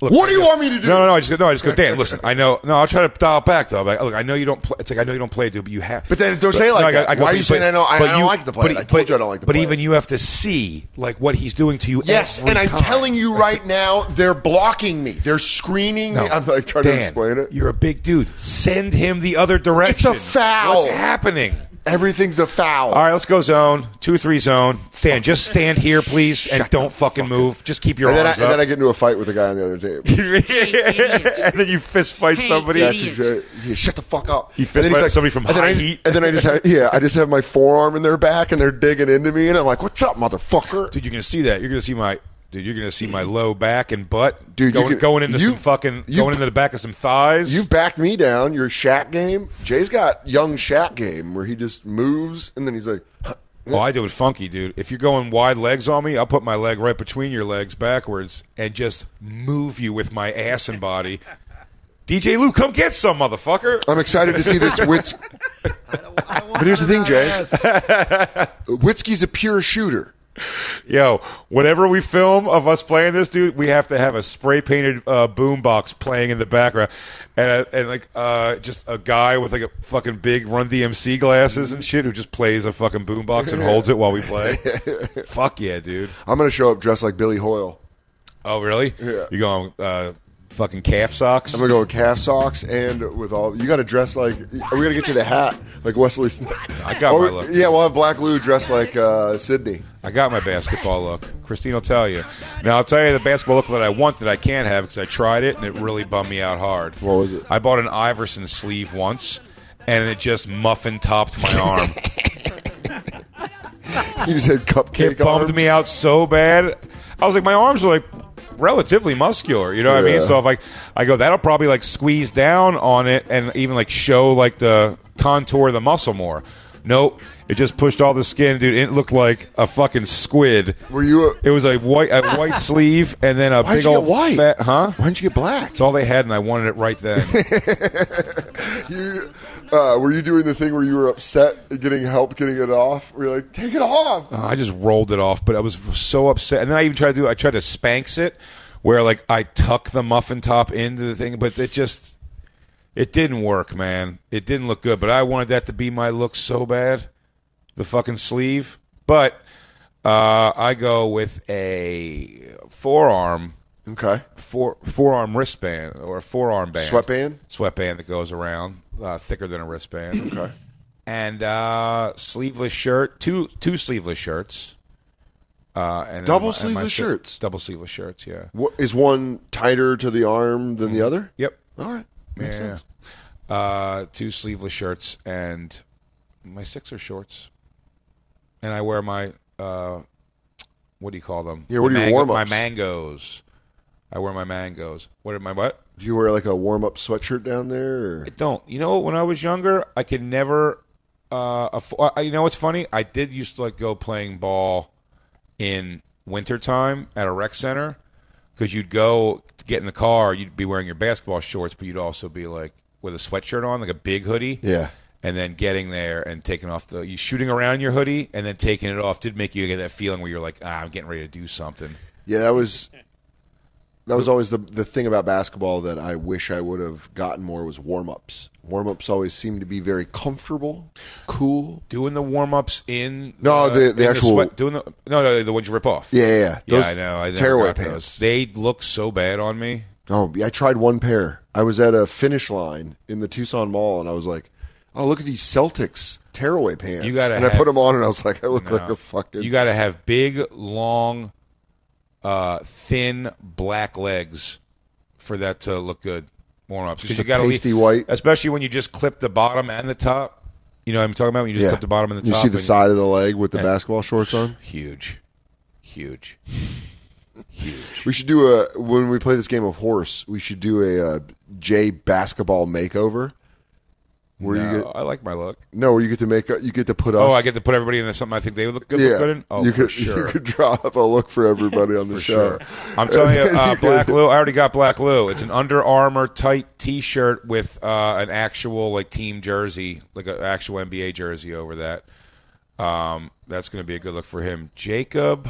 C: Look,
D: What
C: I
D: do you
C: know-
D: want me to do?
C: No, no, no. I just go, no. I just go. Dan, listen. I know. No, I'll try to dial back though. I'm Like, look, I know you don't. play It's like I know you don't play, dude. But you have.
D: But then don't say it like
C: I go-
D: that.
C: I go,
D: Why
C: but
D: are you saying
C: but-
D: I know- I
C: but
D: don't like to play it? I told you I don't like to
C: But
D: play
C: even
D: it.
C: you have to see like what he's doing to you.
D: Yes,
C: every
D: and I'm
C: time.
D: telling you right now, they're blocking me. They're screening
C: No,
D: me. I'm like trying
C: Dan,
D: to explain it.
C: You're a big dude. Send him the other direction.
D: foul.
C: What's happening?
D: Everything's a foul.
C: All right, let's go zone two, three zone. Dan, just stand here, please, and don't fucking move. Just keep your
D: and, then I,
C: arms
D: and then I
C: up.
D: get into a fight with the guy on the other table.
C: <laughs> and then you fist fight somebody.
D: That's exactly. Yeah, shut the fuck up.
C: You fist
D: And then he's
C: fight somebody from
D: and then
C: High
D: I-
C: Heat.
D: And then I just have, yeah, I just have my forearm in their back, and they're digging into me, and I'm like, "What's up, motherfucker?"
C: dude, you're gonna see that. You're gonna see my Dude, you're gonna see my low back and butt,
D: Dude, you
C: Going,
D: could-
C: going into
D: you-
C: some fucking,
D: you-
C: going into the back of some thighs.
D: You backed me down. Your Shaq game. Jay's got young Shaq game where he just moves and then he's like, huh,
C: Oh, I do it funky, dude. If you're going wide legs on me, I'll put my leg right between your legs backwards and just move you with my ass and body. <laughs> DJ Lou, come get some, motherfucker.
D: I'm excited to see this Wits. but here's the thing, Jay. Witsky's a pure shooter.
C: Yo, whatever we film of us playing this, dude, we have to have a spray painted uh, boombox playing in the background, and a, and like uh, just a guy with like a fucking big Run DMC glasses
D: Mm-hmm.
C: and shit who just plays a fucking boombox and holds it while we
D: <laughs>
C: play. Fuck yeah, dude.
D: I'm gonna show up dressed like Billy Hoyle.
C: Oh really? Yeah. You going uh, fucking calf socks?
D: I'm gonna go with calf socks and with all. You gotta dress like. Are we gonna get you the hat like Wesley? Snipes?
C: I got
D: Or-
C: my look.
D: Yeah, we'll have Black Lou dressed like uh, Sydney.
C: I got my basketball look. Christine will tell you. Now I'll tell you the basketball look that I want that I can't have because I tried it and it really bummed me out hard. What was it? I bought an Iverson sleeve once, and it just muffin topped my arm.
D: You just had cupcake.
C: it bummed me out so bad. I was like, my arms are like relatively muscular. You know what I mean?
D: Yeah.
C: So if like I go, that'll probably like squeeze down on it and even like show like the contour of the muscle more. Nope. It just pushed all the skin, dude. It looked like a fucking squid.
D: Were you? uh,
C: it was a white, a white sleeve, and then a
D: Why'd
C: big
D: you get
C: old
D: white?
C: fat, huh?
D: Why didn't you get black?
C: It's all they had, and I wanted it right
D: <laughs>
C: then.
D: You, uh, were you doing the thing where you were upset at getting help getting it off? Were you like, take it off?
C: Uh, I just rolled it off, but I was so upset. And then I even tried to do. I tried to spanx it, where like I tuck the muffin top into the thing, but it just it didn't work, man. It didn't look good. But I wanted that to be my look so bad, the fucking sleeve. But uh, I go with a forearm.
D: Okay.
C: Four forearm wristband or a forearm band.
D: Sweatband?
C: Sweatband that goes around, uh, thicker than a wristband.
D: <clears throat> Okay.
C: And uh, sleeveless shirt, two two sleeveless shirts. Uh, and
D: Double
C: and
D: sleeveless
C: si-
D: shirts? Hmm.
C: Double sleeveless shirts, yeah.
D: What, is one tighter to the arm than the other?
C: Mm-hmm. Yep.
D: All right. Makes
C: yeah.
D: sense.
C: Uh, two sleeveless shirts and my Sixer shorts. And I wear my uh, what do you call them?
D: Yeah, what
C: The
D: are your
C: mango-
D: warm-ups?
C: My mangoes. I wear my mangoes. What are my what?
D: Do you wear like a warm up sweatshirt down there? Or?
C: I don't. You know, when I was younger, I could never. Uh, afford, you know what's funny? I did used to like go playing ball in wintertime at a rec center because you'd go to get in the car, you'd be wearing your basketball shorts, but you'd also be like with a sweatshirt on, like a big hoodie.
D: Yeah.
C: And then getting there and taking off the you shooting around your hoodie and then taking it off did make you get that feeling where you're like, ah, I'm getting ready to do something.
D: Yeah, that was that was always the the thing about basketball that I wish I would have gotten more was warm ups. Warm ups always seemed to be very comfortable, cool.
C: Doing the warm ups in uh,
D: No, the- the
C: in
D: actual-
C: sweat, doing the no no the ones you rip off.
D: Yeah, yeah, yeah. Those
C: I know. I never
D: tearaway
C: got
D: pants.
C: those. They look so bad on me.
D: Oh, I tried one pair. I was at a finish line in the Tucson Mall, and I was like, "Oh, look at these Celtics tearaway pants."
C: You gotta
D: and I
C: have-
D: put them on, and I was like, "I look
C: No.
D: like a fucking."
C: You got to have big, long, uh, thin black legs for that to look good. Warm ups
D: Just
C: because you
D: a
C: got to
D: pasty white.
C: especially when you just clip the bottom and the top. You know what I'm talking about? When you just clip the bottom and the
D: you
C: top.
D: see the
C: and-
D: side of the leg with the
C: and-
D: basketball shorts
C: <laughs>
D: on.
C: Huge, huge, huge.
D: We should do a when we play this game of horse. We should do a, uh J basketball makeover. Where
C: no,
D: you get
C: Oh, I like my look.
D: no, where you get to make you get to put us.
C: Oh, I get to put everybody into something I think they would look good, look good in. Oh,
D: you
C: for
D: could <laughs>
C: sure.
D: you could draw up a look for
C: <laughs>
D: everybody on the show.
C: I'm telling you,
D: And then
C: uh,
D: could-
C: Black Lou. I already got Black Lou. It's an Under Armour tight T-shirt with uh, an actual like team jersey, like an actual NBA jersey over that. Um, that's going to be a good look for him. Jacob,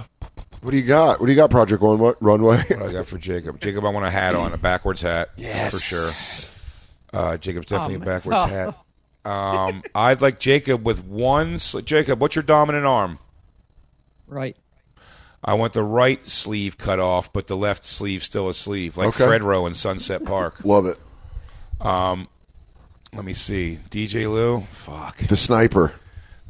D: What do you got? What do you got? Project One Wa- Runway. <laughs>
C: what do I got for Jacob? Jacob, I want a hat on, a backwards hat, yes, for sure. Uh, Jacob's definitely
N: Um,
C: a backwards
N: oh.
C: hat. Um, I'd like Jacob with one. Sl- Jacob, what's your dominant arm?
H: Right.
C: I want the right sleeve cut off, but the left sleeve still a sleeve, like
D: Okay.
C: Fred Rowe in Sunset Park.
D: Love it.
C: Um, let me see, DJ Lou. Fuck,
D: The sniper.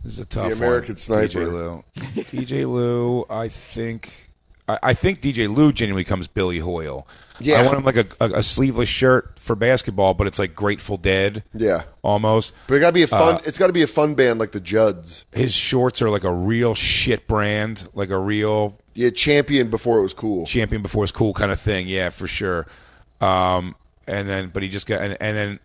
C: this is a tough
D: The American
C: one.
D: sniper.
C: DJ Lou. DJ Lou. I think I, I think DJ Lou genuinely comes Billy Hoyle.
D: Yeah.
C: I want him like a, a, a sleeveless shirt for basketball, but it's like Grateful Dead.
D: Yeah.
C: almost.
D: But it got to be a fun.
C: Uh,
D: it's got to be a fun band like the Judds.
C: His shorts are like a real shit brand, like a real
D: yeah champion before it was cool,
C: champion before it was cool kind of thing. Yeah, for sure. Um, and then, but he just got and, and then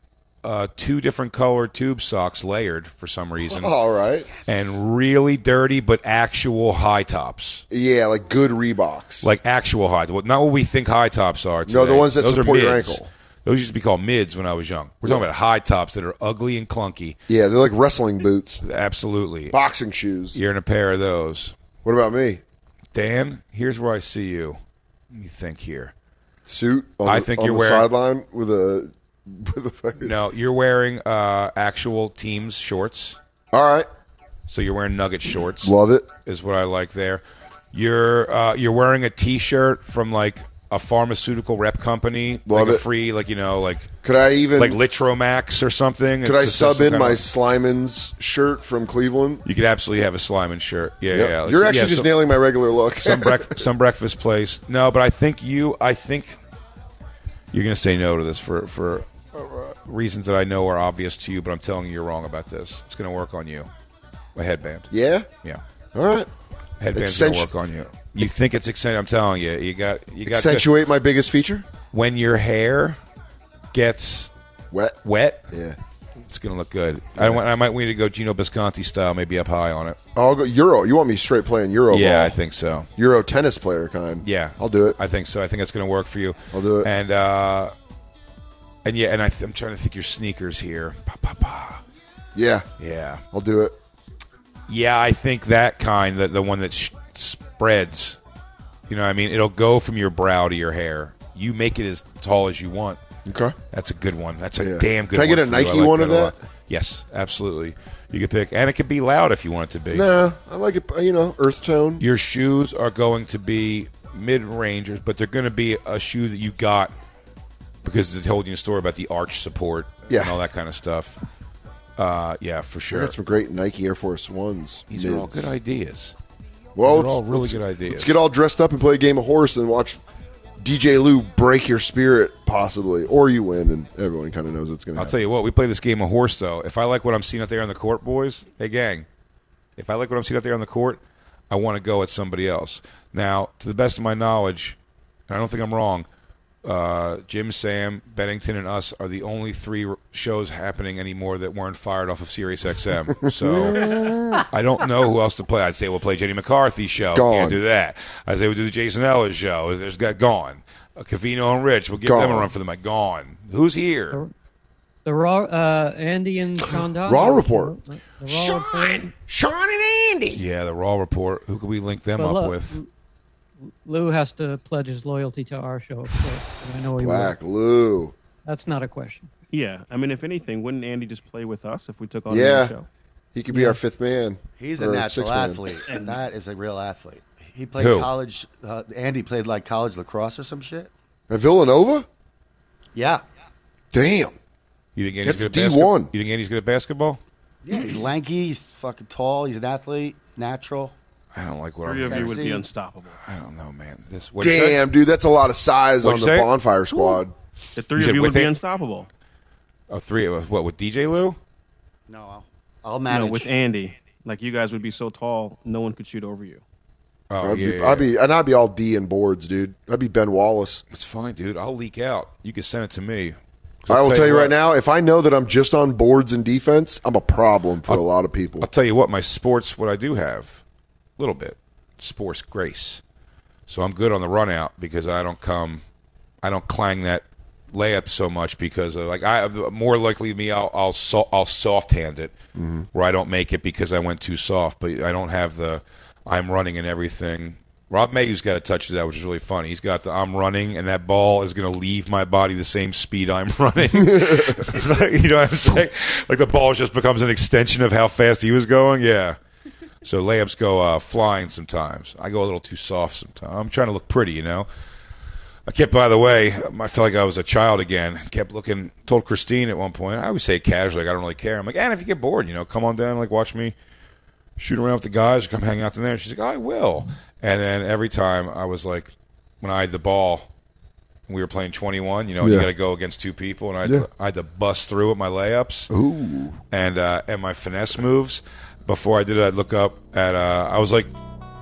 C: uh, two different color tube socks layered for some reason.
D: All right.
C: and really dirty, but actual high tops.
D: Yeah, like good Reeboks.
C: Like actual high, well, not what we think high tops are. Today.
D: No, the ones that
C: Those are
D: support your
C: mids.
D: ankle.
C: Those used to be called mids when I was young. We're talking about high tops that are ugly and clunky.
D: Yeah, they're like wrestling boots.
C: Absolutely.
D: Boxing shoes.
C: You're in a pair of those.
D: What about me?
C: Dan, here's where I see you. Let me think here.
D: Suit. On
C: I
D: the-
C: think
D: on
C: you're
D: the
C: wearing-
D: sideline with a <laughs> with a fucking.
C: No, you're wearing uh, actual teams shorts.
D: All right.
C: So you're wearing Nugget shorts.
D: Love it.
C: Is what I like there. You're uh, you're wearing a T-shirt from like a pharmaceutical rep company,
D: Love
C: like a
D: it.
C: free, like you know, like
D: Could I even
C: like Litromax or something?
D: Could
C: It's
D: I
C: just some
D: sub in
C: kind
D: my
C: of-
D: Slimans shirt from Cleveland?
C: you could absolutely have a Sliman shirt. Yeah,
D: Yep.
C: yeah. like-
D: You're actually
C: yeah,
D: just
C: some-
D: nailing my regular look. <laughs>
C: some breakfast, some breakfast place. No, but I think you. I think you're going to say no to this for for uh, reasons that I know are obvious to you, but I'm telling you, you're wrong about this. It's going to work on you. My headband.
D: Yeah.
C: Yeah.
D: All right.
C: Headband's going to
D: Accentu-
C: work on you. You think it's accentuate? I'm telling you, you got you got
D: Accentuate my biggest feature.
C: when your hair gets
D: wet.
C: Wet.
D: Yeah.
C: It's going to look good. I, want, I might need to go Gino Bisconti style, maybe up high on it.
D: I'll go Euro. You want me straight playing Euro?
C: Yeah,
D: ball.
C: I think so.
D: Euro tennis player kind.
C: Yeah,
D: Oh, I'll do it.
C: I think so. I think it's going to work for you. I'll
D: do it.
C: And uh, and yeah, and I th- I'm trying to think your sneakers here. Pa, pa, pa.
D: Yeah.
C: Yeah.
D: I'll do it.
C: Yeah, I think that kind, the, the one that sh- spreads. You know, what I mean, it'll go from your brow to your hair. You make it as tall as you want.
D: Okay.
C: That's a good one. That's a
D: Yeah.
C: damn good.
D: Can I get
C: one
D: a
C: for you.
D: Nike
C: like
D: one of
C: a
D: that?
C: lot. Yes, absolutely. You could pick, and it could be loud if you want it to be.
D: Nah, I like it. You know, earth tone.
C: Your shoes are going to be mid rangers, but they're going to be a shoe that you got because it told you a story about the arch support
D: Yeah.
C: and all that kind of stuff. Uh, yeah, for
D: I
C: sure.
D: got some great Nike Air Force Ones.
C: These are all
D: mids.
C: good ideas.
D: Well,
C: These are
D: let's-
C: all really
D: let's-
C: good ideas.
D: Let's get all dressed up and play a game of horse and watch DJ Lou break your spirit, possibly, or you win, and everyone kind of knows what's going to
C: I'll
D: happen.
C: tell you what, we play this game of horse though. If I like what I'm seeing out there on the court, boys, hey gang, if I like what I'm seeing out there on the court, I want to go at somebody else. Now, to the best of my knowledge, and I don't think I'm wrong, uh, Jim, Sam, Bennington, and us are the only three r- shows happening anymore that weren't fired off of Sirius
D: <laughs>
C: XM. So I don't know who else to play. I'd say we'll play Jenny McCarthy's show.
D: Gone.
C: Can't do that. I'd say we'll do the Jason Ellis show. There's got gone. Uh, Cavino and Rich, we'll give them a
D: Gone.
C: run for the mic. Gone. Who's here?
H: The raw uh, Andy and Sean Dodge.
C: Raw report.
H: The raw report.
C: Sean and Andy. Yeah, the Raw Report. Who could we link them
H: But
C: up
H: look,
C: with?
H: Lou has to pledge his loyalty to our show, of course. and I know he
D: Black
H: will.
D: Lou.
H: That's not a question.
G: Yeah, I mean, if anything, wouldn't Andy just play with us if we took on
D: Yeah.
G: the show?
D: He could be our fifth man.
F: He's a
D: Or
F: natural
D: sixth man.
F: athlete, and that is a real athlete. He played
D: Who?
F: college. Uh, Andy played like college lacrosse or some shit.
D: At Villanova?
F: Yeah,
D: Damn.
C: You think Andy's
F: That's
C: good at
F: D1.
C: basketball? You think Andy's good at basketball?
F: yeah. He's lanky. He's fucking tall. He's an athlete. Natural.
C: I don't like what
G: Three
C: I'm
G: of you would be
F: Sexy.
G: unstoppable.
C: I don't know, man. This what'd you say?
D: Damn, dude, that's a lot of size
C: What'd
D: on
C: you
D: the
C: say?
D: bonfire squad.
G: The three
C: You
G: of
C: said
G: you
C: with
G: would be
C: it?
G: unstoppable.
C: Oh, three of us. What with DJ Lou?
F: No, I'll, I'll
G: No,
F: manage.
G: with Andy, like you guys would be so tall, no one could shoot over you.
C: Oh
D: I'd,
C: yeah,
D: be,
C: yeah,
D: I'd be and I'd be all D in boards, dude. I'd be Ben Wallace.
C: It's fine, dude. I'll leak out. You can send it to me.
D: I will tell you right
C: what-
D: now, if I know that I'm just on boards and defense, I'm a problem for a lot of people.
C: I'll tell you what. My sports, what I do have, a little bit sports grace. So I'm good on the run out because I don't come, I don't clang that layup so much because of, like I more likely me I'll I'll, so, I'll soft hand it
N: Mhm.
C: where I don't make it because I went too soft, but I don't have the I'm running and everything. Rob Mayhew's got a touch to that, which is really funny. He's got the I'm running, and that ball is going to leave my body the same speed I'm <laughs> running. you know what I'm saying? Like the ball just becomes an extension of how fast he was going. Yeah. So layups go uh, flying sometimes. I go a little too soft sometimes. I'm trying to look pretty, you know. I kept, by the way, um, I felt like I was a child again. Kept looking. Told Christine at one point, I always say it casually, like, I don't really care. I'm like, and if you get bored, you know, come on down, like watch me shoot around with the guys or come hang out in there? She's like, "Oh, I will. And then every time I was like, when I had the ball, we were playing 21, you know, and you
D: Yeah.
C: got to go against two people. And I had,
D: Yeah.
C: I had to bust through with my layups
D: Ooh.
C: and uh, and my finesse moves. Before I did it, I'd look up at, uh, I was like,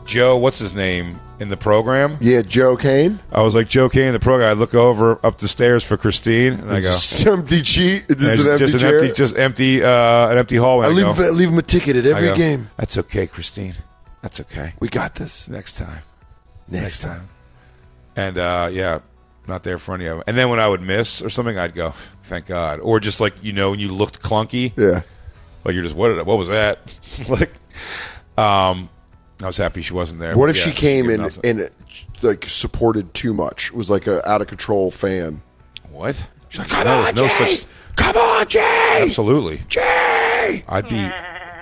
C: Joe, what's his name in the program?
D: Yeah, Joe Kane.
C: I was like, Joe Kane in the program. I look over up the stairs for Christine and I go,
D: Just empty cheat. Just
C: and
D: an empty
C: just
D: chair.
C: an empty, just empty, uh, an empty hallway.
D: I
C: go,
D: leave, I leave him a ticket at
C: I
D: every
C: go,
D: game.
C: That's okay, Christine. That's okay.
D: We got this.
C: Next time.
D: Next, time.
C: And uh, yeah, not there for any of them. And then when I would miss or something, I'd go, "Thank God," or just like you know, when you looked clunky,
D: yeah,
C: like you're just what? did I- What was that? <laughs> like, um, I was happy she wasn't there.
D: What
C: but
D: if
C: yeah,
D: she came
C: gave
D: in
C: nothing.
D: and like supported too much? Was like a out of control fan.
C: What? She's
D: like, come
C: No,
D: on,
C: no
D: Jay!
C: such-
D: come on, Jay!
C: Absolutely,
D: Jay!
C: I'd be,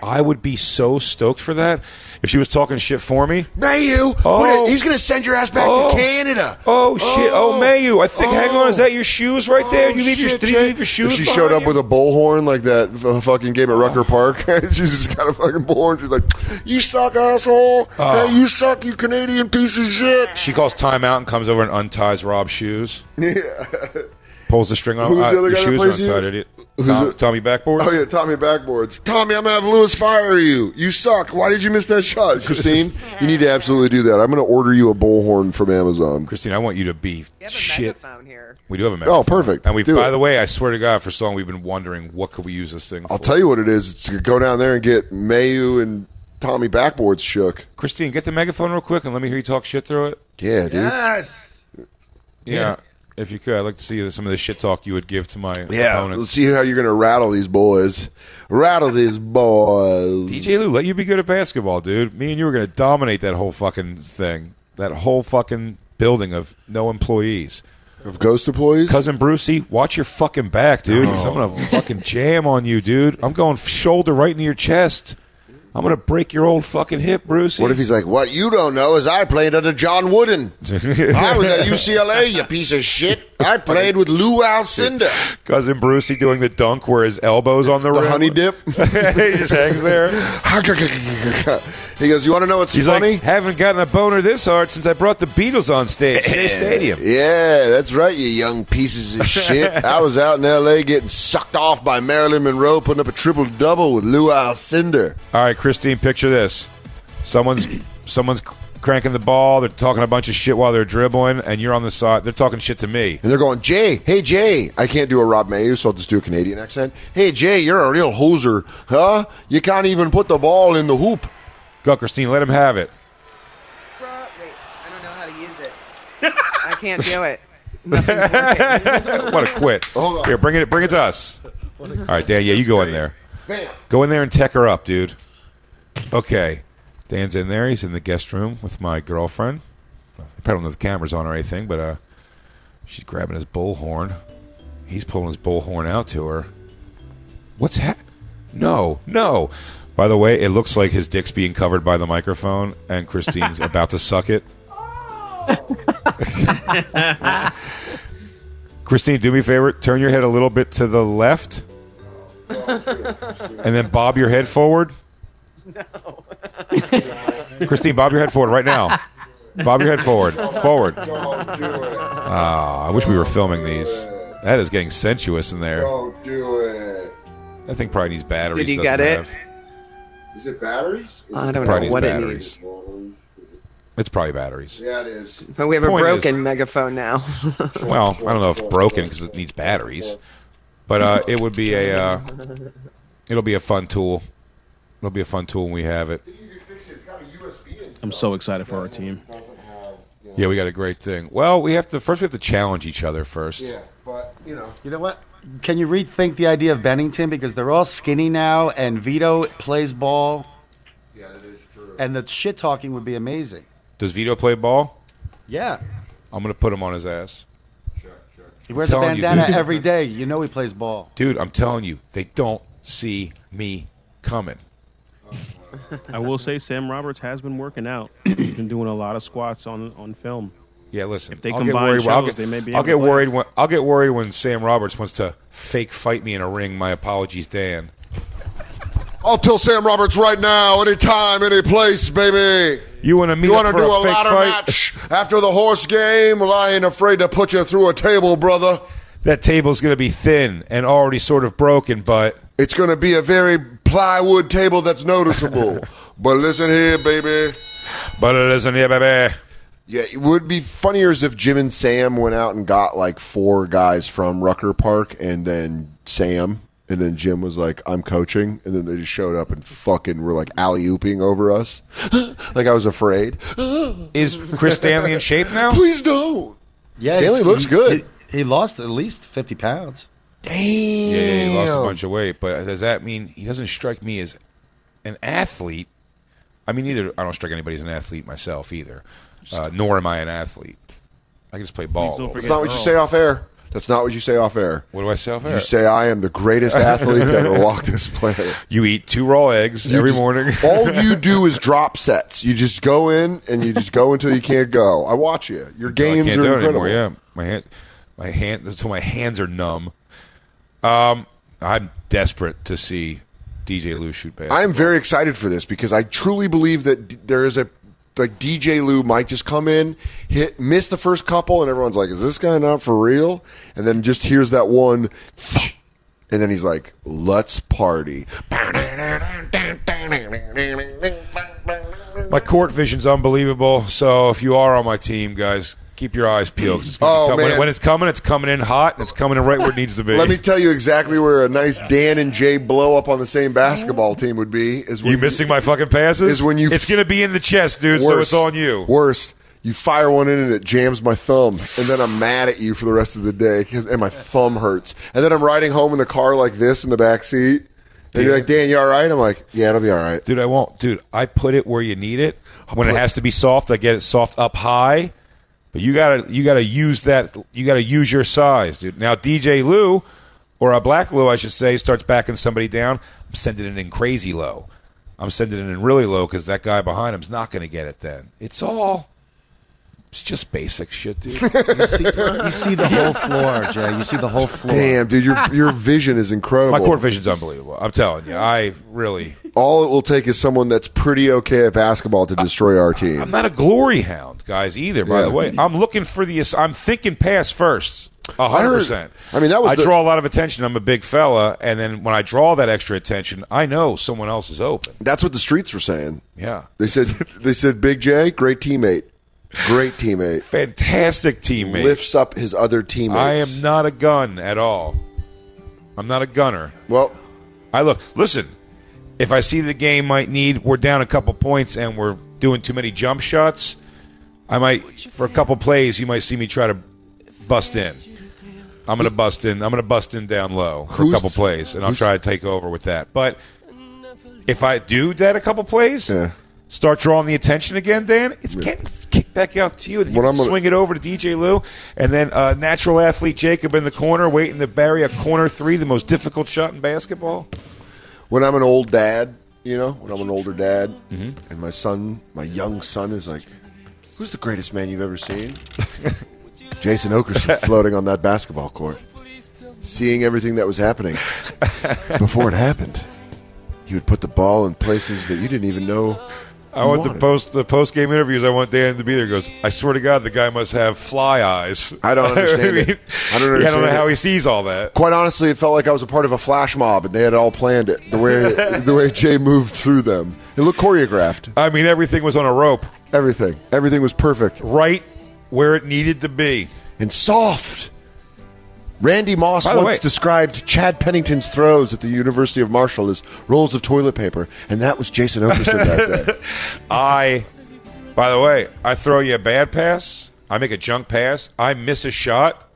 C: I would be so stoked for that if she was talking shit for me.
D: Mayu,
C: Oh.
D: what- he's gonna send your ass back
C: Oh.
D: to Canada.
C: Oh shit! Oh, Mayu, I think. Hang on, is that your shoes right there? You leave your,
D: Oh, shit,
C: did you
D: Jay.
C: leave your shoes.
D: If she
C: behind
D: showed up
C: you?
D: with a bullhorn like that f- uh, fucking game at Rucker Park, <laughs> she's just got a fucking bullhorn. She's like, "You suck, asshole!
C: Oh.
D: Hey, you suck, you Canadian piece of shit!"
C: She calls timeout and comes over and unties Rob's shoes.
D: <laughs> Yeah.
C: Pulls the string off.
D: Who's the
C: Uh,
D: other
C: your
D: guy that
C: shoes
D: plays
C: are
D: you?
C: untied, idiot.
D: Who's
C: Tom-
D: it?
C: Tommy backboard.
D: Oh yeah, Tommy backboards. Tommy, I'm gonna have Lewis fire you. You suck. Why did you miss that shot, Christine? you need to absolutely do that. I'm gonna order you a bullhorn from Amazon.
C: Christine, I want you to be shit. here. We do have a megaphone.
D: Oh, perfect.
C: And we,
D: Do
C: by
D: it.
C: the way, I swear to God, for so long we've been wondering what could we use this thing. for.
D: I'll tell you what it is. It's go down there and get Mayu and Tommy backboards shook.
C: Christine, get the megaphone real quick and let me hear you talk shit through it.
D: Yeah, dude.
N: Yes.
C: Yeah.
N: Yeah.
C: If you could, I'd like to see some of the shit talk you would give to my
D: Yeah,
C: opponents.
D: let's see how you're gonna rattle these boys. Rattle these boys.
C: DJ Lou, let you be good at basketball, dude. Me and you were going to dominate that whole fucking thing, that whole fucking building of no employees,
D: of ghost employees.
C: Cousin Brucey, watch your fucking back, dude. 'cause I'm going to fucking jam on you, dude. I'm going shoulder right into your chest. I'm going to break your old fucking hip, Brucey.
D: What if he's like, "What you don't know is I played under
C: <laughs>
D: John Wooden. I was at UCLA. You piece of shit. I played with Lou Alcindor."
C: Cousin Brucey doing the dunk where his elbow's on the,
D: The
C: rim.
D: honey dip.
C: <laughs>
D: <laughs>
C: he just hangs there.
D: he goes, "You want to know what's
C: He's
D: funny?"
C: like, haven't gotten a boner this hard since I brought the Beatles on <laughs> stage. Shea Stadium.
D: Yeah, that's right, you young
C: <laughs>
D: pieces of shit. I was out in L.A. getting sucked off by Marilyn Monroe, putting up a triple double with Lou Alcindor.
C: All right, Christine, picture this. Someone's <clears throat> someone's cranking the ball. They're talking a bunch of shit while they're dribbling, and you're on the side. They're talking shit to me.
D: And they're going, Jay, hey, Jay. I can't do a Rob Mayu, so I'll just do a Canadian accent. Hey, Jay, you're a real hoser, huh? You can't even put the ball in the hoop.
C: Go, Christine, let him have it.
I: I don't know how to use it. I can't do it. Nothing's working.
C: What a quit.
I: Hold on.
C: Here, bring it, bring it to us. All right, Dan, yeah, you go in there.
D: Bam.
C: Go in there and tech her up, dude. Okay. Dan's in there. He's in the guest room with my girlfriend. They probably don't know the camera's on or anything, but uh, she's grabbing his bullhorn. He's pulling his bullhorn out to her. What's ha- No, no. By the way, it looks like his dick's being covered by the microphone, and Christine's about to suck it. Christine, do me a favor. Turn your head a little bit to the left, and then bob your head forward. No. Christine, bob your head forward right now. Bob your head forward. Forward. Ah, I wish we were filming these. That is getting sensuous in there.
D: Don't do it.
C: I think probably needs batteries.
I: Did you
C: doesn't
I: get it?
C: have-
D: Is it batteries?
I: I don't
C: Probably
I: know
C: needs
I: what it
C: batteries.
I: needs.
C: It's probably batteries.
D: Yeah, it is.
I: But we have a
C: Point is-
I: broken megaphone now.
C: Well, I don't know if broken because it needs batteries, but uh, it would be a uh, it'll be a fun tool. It'll be a fun tool when we have it.
G: I'm so excited for our team.
C: Yeah, we got a great thing. Well, we have to first we have to challenge each other first.
D: but you know,
F: you know what? Can you rethink the idea of Bennington because they're all skinny now, and Vito plays ball.
D: Yeah, that is true.
F: And the shit talking would be amazing.
C: Does Vito play ball?
F: Yeah,
C: I'm gonna put him on his ass,
F: he wears a
C: telling you,
F: bandana
C: dude.
F: every day. You know he plays ball.
C: dude. I'm telling you, they don't see me coming.
G: I will say Sam Roberts has been working out. He's been doing a lot of squats on on film.
C: Yeah, listen.
G: If they
C: I'll get
G: combine
C: worried-
G: shows,
C: well, I'll get,
G: they may be.
C: I'll
G: able
C: get
G: to play.
C: worried when I'll get worried when Sam Roberts wants to fake fight me in a ring. My apologies, Dan.
D: I'll tell Sam Roberts right now, anytime, any place, baby.
C: You want to meet
D: You
C: up
D: want to
C: for
D: do
C: a
D: a
C: fake
D: ladder
C: fight?
D: match after the horse game? Well, I ain't afraid to put you through a table, brother.
C: <laughs> That table's going to be thin and already sort of broken, but
D: It's going to be a very plywood table
C: <laughs>
D: that's noticeable. but listen here, baby.
C: but listen here, baby.
D: Yeah, it would be funnier is if Jim and Sam went out and got like four guys from Rucker Park, and then Sam, and then Jim was like, "I'm coaching," and then they just showed up and fucking were like alley ooping over us, <gasps> like I was afraid. <gasps>
C: Is Chris Stanley in shape now?
D: Please don't.
F: Yeah,
D: Stanley looks good.
F: He, he lost at least fifty pounds.
C: Yeah, yeah, he lost a
F: Damn.
C: bunch of weight, but does that mean he doesn't strike me as an athlete? I mean, either I don't strike anybody as an athlete myself either, uh, nor am I an athlete. I can just play ball.
D: That's not what you say off air. That's not what you say off air.
C: What do I say off air?
D: You say I am
C: <laughs>
D: the greatest athlete to ever walk this planet.
C: You eat two raw eggs
D: You
C: every
D: just-
C: morning.
D: <laughs>
C: <laughs>
D: all you do is drop sets. You just go in and you just go until you can't go. I watch you. Your
C: Until I
D: games
C: can't
D: are
C: do it
D: incredible.
C: Anymore. Yeah, my hand, my hand, until my hands are numb. Um, I'm desperate to see DJ Lou shoot bass.
D: I'm very excited for this because I truly believe that d- there is a like DJ Lou might just come in, hit miss the first couple, and everyone's like, "Is this guy not for real?" And then just hears that one, <sniffs> and then he's like,
C: <laughs>
D: "Let's party."
C: My court vision's unbelievable. So if you are on my team, guys, keep your eyes peeled. 'cause It's gonna
D: Oh,
C: come- when,
D: man.
C: when it's coming, it's coming in hot, and it's coming in right where it needs to be.
D: Let me tell you exactly where a nice Dan and Jay blow up on the same basketball team would be. Is when
C: you missing my fucking passes?
D: is when you
C: It's gonna be in the chest, dude. So it's on you.
D: Worst. You fire one in and it jams my thumb, and then I'm mad at you for the rest of the day, 'cause- and my thumb hurts. And then I'm riding home in the car like this in the back seat, and you're like, "Dan, you all right?" I'm like, "Yeah, it'll be all right."
C: Dude, I won't. Dude, I put it where you need it. When it
D: put-
C: has to be soft, I get it soft up high. But you gotta you gotta use that you gotta use your size, dude. Now DJ Lou, or a black Lou I should say, starts backing somebody down. I'm sending it in crazy low. I'm sending it in really low because that guy behind him's not gonna get it then. It's all it's just basic shit, dude.
F: You see, you see the whole floor, Jay. You see the whole floor.
D: Damn, dude, your
C: <laughs>
D: your vision is incredible.
C: My court vision's unbelievable. I'm telling you. I really
D: All it will take is someone that's pretty okay at basketball to destroy our team.
C: I'm not a glory hound, guys, either, by
D: Yeah.
C: the way. I'm looking for the ass- I'm thinking pass first. A
D: I
C: hundred
D: heard-
C: percent.
D: I mean, that was
C: I
D: the-
C: draw a lot of attention. I'm a big fella, and then when I draw that extra attention, I know someone else is open.
D: That's what the streets were saying.
C: Yeah. <laughs>
D: They said they said Big J, great teammate, great teammate,
C: fantastic teammate.
D: lifts up his other teammates.
C: I am not a gun at all. I'm not a gunner.
D: Well,
C: I look. Listen, if I see the game might need, we're down a couple points and we're doing too many jump shots. I might for a couple plays. You might see me try to bust in. I'm gonna bust in. I'm gonna bust in down low for a
D: Who's-
C: couple plays, and I'll
D: who's-
C: try to take over with that. But if I do that a couple plays, start drawing the attention again, Dan. It's getting kicked back out to you. Then you
D: What
C: can
D: I'm gonna-
C: swing it over to DJ Lou, and then uh, natural athlete Jacob in the corner, waiting to bury a corner three, the most difficult shot in basketball.
D: when I'm an old dad, you know, when I'm an older dad,
C: Mm-hmm.
D: and my son, my young son, is like, "Who's the greatest man you've
C: <laughs>
D: ever seen?" Jason Okerson floating on that basketball court, seeing everything that
C: <laughs>
D: was happening before it happened. He would put the ball in places that you didn't even know.
C: I
D: you
C: want the
D: wanted.
C: post the post game interviews. I want Dan to be there. He Goes. I swear to God, the guy must have fly eyes. <laughs>
D: I don't understand it. I don't
C: yeah, I don't
D: understand
C: know
D: it.
C: how he sees all that.
D: Quite honestly, it felt like I was a part of a flash mob, and they had all planned it.
C: <laughs>
D: The way the way Jay moved through them, it looked choreographed.
C: I mean, everything was on a rope,
D: Everything, everything was perfect
C: right where it needed to be.
D: and soft. Randy Moss
C: By the
D: once
C: way-
D: described Chad Pennington's throws at the University of Marshall as rolls of toilet paper, and that was Jason Okerson
C: <laughs>
D: that day.
C: I, by the way, I throw you a bad pass. I make a junk pass. I miss a shot.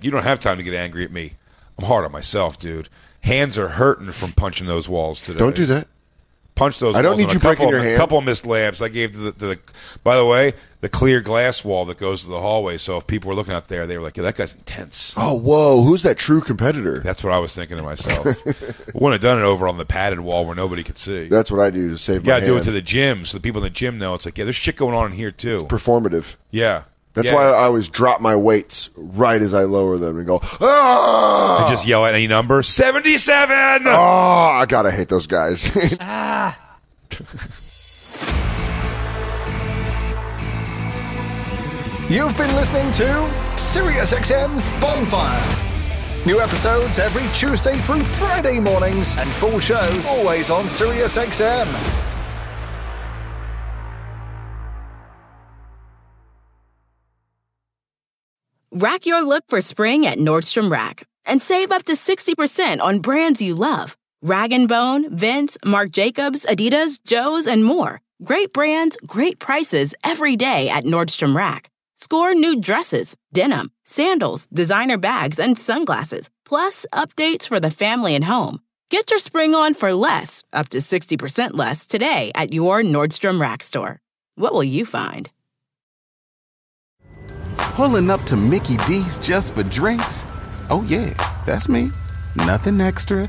C: You don't have time to get angry at me. I'm hard on myself, dude. Hands are hurting from punching those walls today.
D: Don't do that.
C: punch those.
D: I
C: walls
D: don't need
C: on a
D: you
C: couple
D: breaking
C: of-
D: your hand.
C: A couple of missed layups I gave to the, to the. By the way, the clear glass wall that goes to the hallway. So if people were looking out there, they were like, "Yeah, that guy's intense."
D: Oh, whoa! Who's that true competitor?
C: That's what I was thinking to
D: <laughs>
C: myself. Wouldn't have done it over on the padded wall where nobody could see.
D: That's what I do to save
C: you
D: my
C: gotta do it
D: hand.
C: to the gym so the people in the gym know it's like, yeah, there's shit going on in here too.
D: performative.
C: Yeah,
D: That's
C: Yeah.
D: why I always drop my weights right as I lower them and go,
C: I
D: ah!
C: just yell at any number. Seventy-seven.
D: Oh, I gotta hate those guys. <laughs>
F: You've been listening to SiriusXM's Bonfire. New episodes every Tuesday through Friday mornings, and full shows always on SiriusXM.
B: Rack your look for spring at Nordstrom Rack and save up to 60% on brands you love. Rag & Bone, Vince, Marc Jacobs, Adidas, Joe's, and more. Great brands, great prices every day at Nordstrom Rack. Score new dresses, denim, sandals, designer bags, and sunglasses, plus updates for the family and home. Get your spring on for less, up to 60% less, today at your Nordstrom Rack store. What will you find?
G: Pulling up to Mickey D's just for drinks? Oh, yeah, that's me. Nothing extra,